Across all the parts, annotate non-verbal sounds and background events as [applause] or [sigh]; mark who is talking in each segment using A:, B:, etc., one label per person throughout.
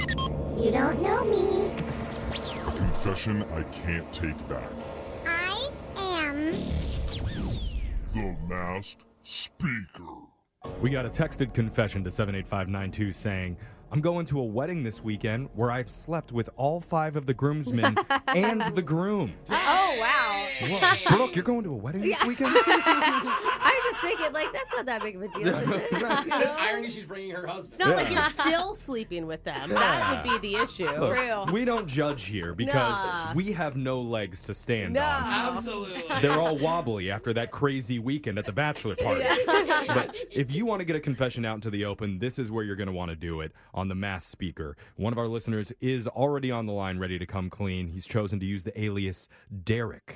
A: You don't know me.
B: A confession I can't take back.
A: I am.
B: The Masked Speaker.
C: We got a texted confession to 78592 saying, I'm going to a wedding this weekend where I've slept with all five of the groomsmen and the groom.
D: Oh wow!
C: Brooke, you're going to a wedding this weekend?
D: I'm just thinking, like that's not that big of a deal, is it? You
E: The
D: know?
E: irony she's [laughs] bringing her husband.
F: It's not like
C: Yeah. [laughs]
F: you're still sleeping with them.
C: Yeah.
F: That would be the issue.
C: Look,
F: True.
C: we don't judge here because
F: Nah.
C: we have no legs to stand on.
F: No.
E: Absolutely.
C: They're all wobbly after that crazy weekend at the bachelor party. But if you want to get a confession out into the open, this is where you're going to want to do it on the mass speaker. One of our listeners is already on the line ready to come clean. He's chosen to use the alias Derek.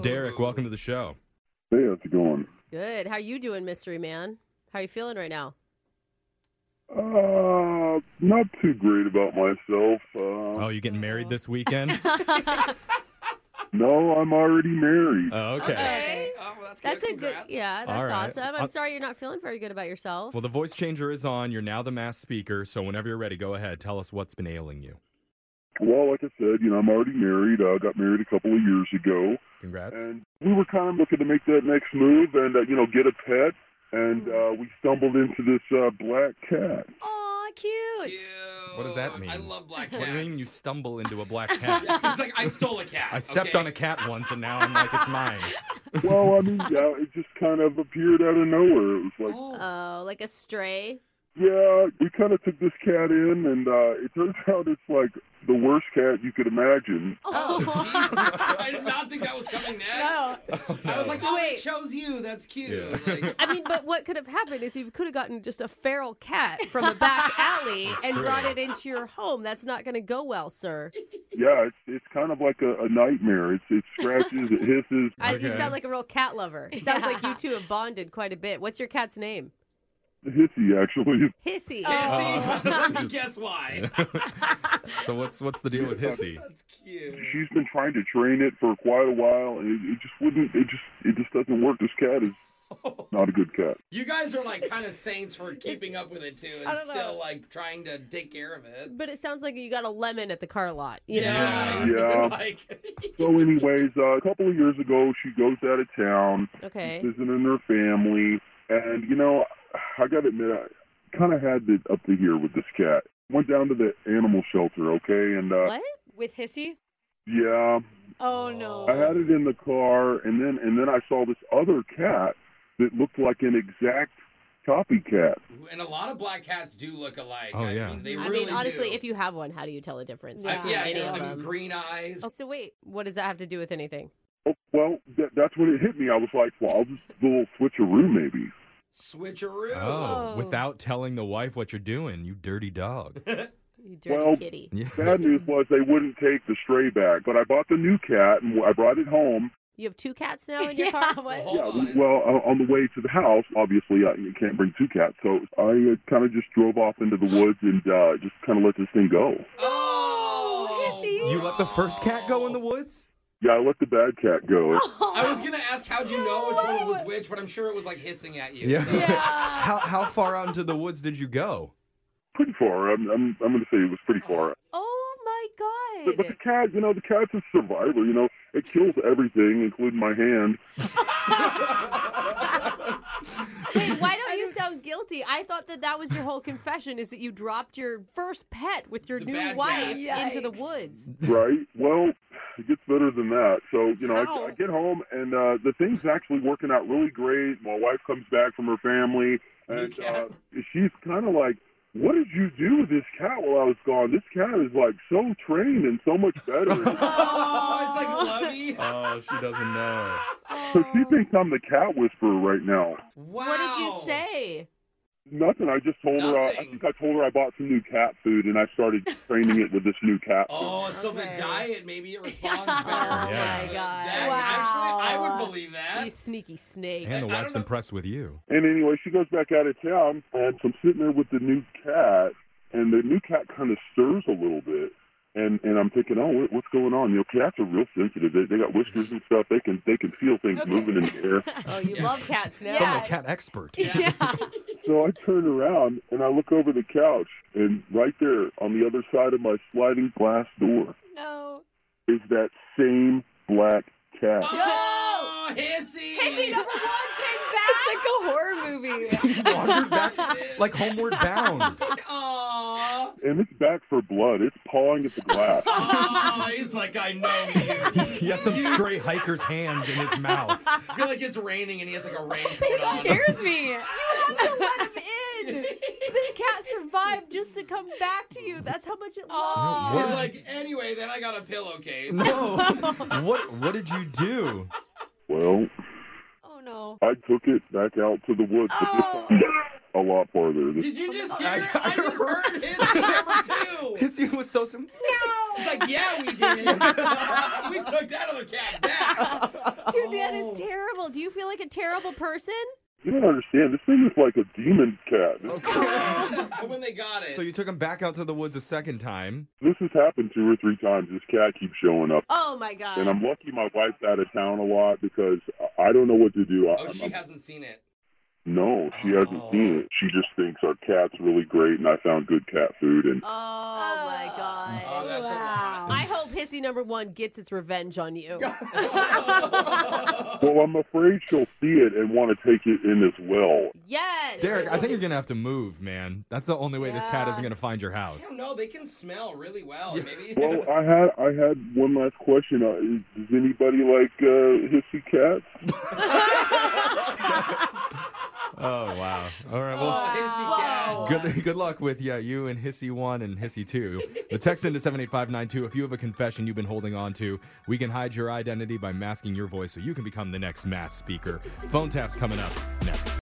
C: Derek, welcome to the show.
G: Hey, how's it going?
F: Good. How you doing, mystery man? How you feeling right now?
G: Uh, not too great about myself. Uh,
C: Oh, you getting married this weekend?
G: no, I'm already married.
C: Oh, okay.
E: Hey, oh, well, that's good.
F: That's a good.
E: Congrats.
F: Yeah,
C: All
F: that's
C: right.
F: awesome.
C: Uh,
F: I'm sorry you're not feeling very good about yourself.
C: Well, the voice changer is on. You're now the mass speaker. So whenever you're ready, go ahead. Tell us what's been ailing you.
G: Well, like I said, you know, I'm already married. I got married a couple of years ago,
C: Congrats.
G: and we were kind of looking to make that next move and uh, you know get a pet, and uh, we stumbled into this uh, black cat.
F: Aw, cute.
E: Cute.
C: What does that mean?
E: I love black cats.
C: What do you mean you stumble into a black
E: [laughs]
C: cat?
E: it's like I stole a cat.
C: [laughs] I stepped
E: okay?
C: on a cat once and now I'm like, it's mine.
G: well, I mean, yeah, it just kind of appeared out of nowhere. It was like,
E: Oh.
F: Oh, like a stray.
G: yeah, we kind of took this cat in, and uh, it turns [laughs] out it's like the worst cat you could imagine.
F: Oh,
E: Jeez. [laughs] I did not think that was coming next. No. I was like, oh,
F: Wait.
E: it chose you. That's cute.
C: Yeah.
E: Like,
F: I mean, but what could have happened is you could have gotten just a feral cat from a [laughs] back alley and
C: true.
F: brought it into your home. That's not going to go well, sir.
G: Yeah, it's it's kind of like a, a nightmare. It's it scratches, it hisses.
F: I, you
C: Okay.
F: sound like a real cat lover. It sounds like you two have bonded quite a bit. What's your cat's name?
G: Hissy actually.
F: Hissy.
E: Hissy, [laughs] let me guess why. [laughs]
C: So what's what's the deal with Hissy?
E: That's cute.
G: She's been trying to train it for quite a while, and it, it just wouldn't. It just it just doesn't work. This cat is not a good cat.
E: You guys are like kind of saints for keeping up with it too, and still like trying to take care of it.
F: But it sounds like you got a lemon at the car lot. You
E: Yeah.
G: Yeah.
E: [laughs] like,
G: So, anyways, uh, a couple of years ago, she goes out of town,
F: know? Okay.
G: visiting her family, and you know, I gotta admit, I kind of had it up to here with this cat. Went down to the animal shelter, okay, and uh,
F: What?
H: with hissy.
G: yeah,
H: Oh no!
E: [laughs]
G: I had it in the car, and then and then I saw this other cat that looked like an exact copycat.
E: and a lot of black cats do look alike.
C: Oh,
E: I
C: yeah.
E: mean, they
F: I
E: really
F: mean, honestly,
E: do.
F: if you have one, how do you tell the difference
E: I-
F: between
E: yeah,
F: any
E: yeah,
F: of
E: I mean,
F: them?
E: green eyes.
F: Oh, so wait, what does that have to do with anything?
G: Oh, well, that, that's when it hit me. I was like, well, I'll just do a little switcheroo, maybe.
E: Switcheroo.
C: Oh,
H: Oh.
C: without telling the wife what you're doing, you dirty [laughs] dog.
F: You dirty
G: Well-
F: kitty.
C: Yeah.
G: Bad news was they wouldn't take the stray back, but I bought the new cat and I brought it home.
F: You have two cats now in
H: [laughs]
F: your
H: yeah,
F: car?
E: Well,
H: what?
E: hold
G: yeah,
E: on.
G: well, uh, on the way to the house, obviously, I you can't bring two cats, so I uh, kind of just drove off into the woods and uh, just kind of let this thing go.
E: oh,
H: Hissy.
C: You let the first cat go in the woods?
G: Yeah, I let the bad cat go.
E: I was gonna ask how'd you know which one was which, but I'm sure it was like hissing at you.
C: Yeah.
E: so-
H: Yeah.
C: How how far out into the woods did you go?
G: Pretty far. I'm, I'm, I'm going to say it was pretty far.
F: Oh my
G: But, but
C: [laughs]
G: the
F: god.
G: cat, you know, the cat's a survivor. You know, it kills everything, including my hand.
F: Wait, why don't you sound guilty? I thought that that was your whole confession is that you dropped your first pet with your
E: The
F: new
E: bad
F: wife
H: cat.
F: into the
H: Yikes.
F: woods.
G: Right? well, it gets better than that. So, you know,
H: How?
G: I, I get home and uh, the thing's actually working out really great. My wife comes back from her family, and uh,
E: cat.
G: she's kind of like. What did you do with this cat while I was gone? This cat is like so trained and so
E: [laughs]
G: much better.
E: [laughs] Oh, it's
C: [laughs]
E: like lovey.
C: Oh, she doesn't know.
G: so she thinks I'm the cat whisperer right now.
E: Wow.
F: What did you say?
G: Nothing. I just told her. uh, I, I
E: Nothing.
G: think I told her I bought some new cat food and I started training it with this new cat. food.
E: Oh, so the
F: Okay.
E: diet
F: [laughs]
E: maybe it responds better.
F: Oh
C: Yeah.
F: my god.
E: That-
H: Wow.
E: Actually, I would believe that.
F: You sneaky snake.
C: And the
E: I don't
C: wife's
E: know.
C: impressed with you.
G: And anyway, she goes back out of town, and so I'm sitting there with the new cat, and the new cat kind of stirs a little bit. and and I'm thinking, oh, what, what's going on? You know, cats are real sensitive. They, they got whiskers and stuff. They can they can feel things moving in the air.
F: [laughs]
C: [laughs]
F: Oh, you love cats now.
C: So I'm a cat expert.
G: So I turn around and I look over the couch, and right there on the other side of my sliding glass door
H: No.
G: is that same black cat.
E: Oh, hissy.
H: Hissy
F: [laughs]
H: number one came back. It's like a horror movie.
C: Wandered back like homeward bound.
E: [laughs] Aw.
G: And it's back for blood. It's pawing at the glass.
E: [laughs] Aw, he's like, I know you.
C: He has some stray hiker's hands in his mouth.
E: I feel like it's raining and he has like a raincoat
H: [laughs] it
E: on.
H: scares me.
F: in. This cat survived just to come back to you. That's how much it
H: Aw.
F: loves.
E: He's like, anyway, then I got
H: [laughs]
E: a pillowcase.
C: No. What what did you do?
G: Well,
H: Oh no.
G: I took it back out to the woods, but this
H: Oh.
G: time a lot farther. This
E: Did you just
C: I-
E: hear? I,
C: I
E: just heard hissy number
H: [laughs]
E: two.
C: His he was so sim-
E: It's like, yeah, we did. [laughs] we took that other
H: [laughs]
E: cat back.
F: Dude, that is terrible. Do you feel like a terrible person?
G: You don't understand. This thing is like a demon cat. This,
E: And when they got it.
C: So you took him back out to the woods a second time.
G: this has happened two or three times. This cat keeps showing up.
F: Oh my
G: And
F: god.
G: I'm lucky my wife's out of town a lot because I- I don't know what to do. I,
E: oh, she
G: I'm-
E: hasn't seen it.
G: no, she hasn't
E: Oh.
G: seen it. She just thinks our cat's really great and I found good cat food. And
F: Oh my
E: Oh,
F: god.
E: that's
F: I hope hissy number one gets its revenge on you.
E: a lot.
G: well, I'm afraid she'll see it and want to take it in as well.
F: Yes.
C: Derek, I think you're gonna have to move, man. That's the only way this cat isn't gonna find your
E: I
C: house.
E: don't know. They can smell really well. Maybe. [laughs]
G: Well, I had I had one last question. Uh, is- Does anybody like uh, hissy cats?
C: Oh wow. All right,
E: Oh,
C: well
E: hissy cat.
C: Good, [laughs] good luck with yeah, you and Hissy one and Hissy two. The text into seven eight five nine two. If you have a confession you've been holding on to, we can hide your identity by masking your voice so you can become the next mass speaker. Phone taps coming up next.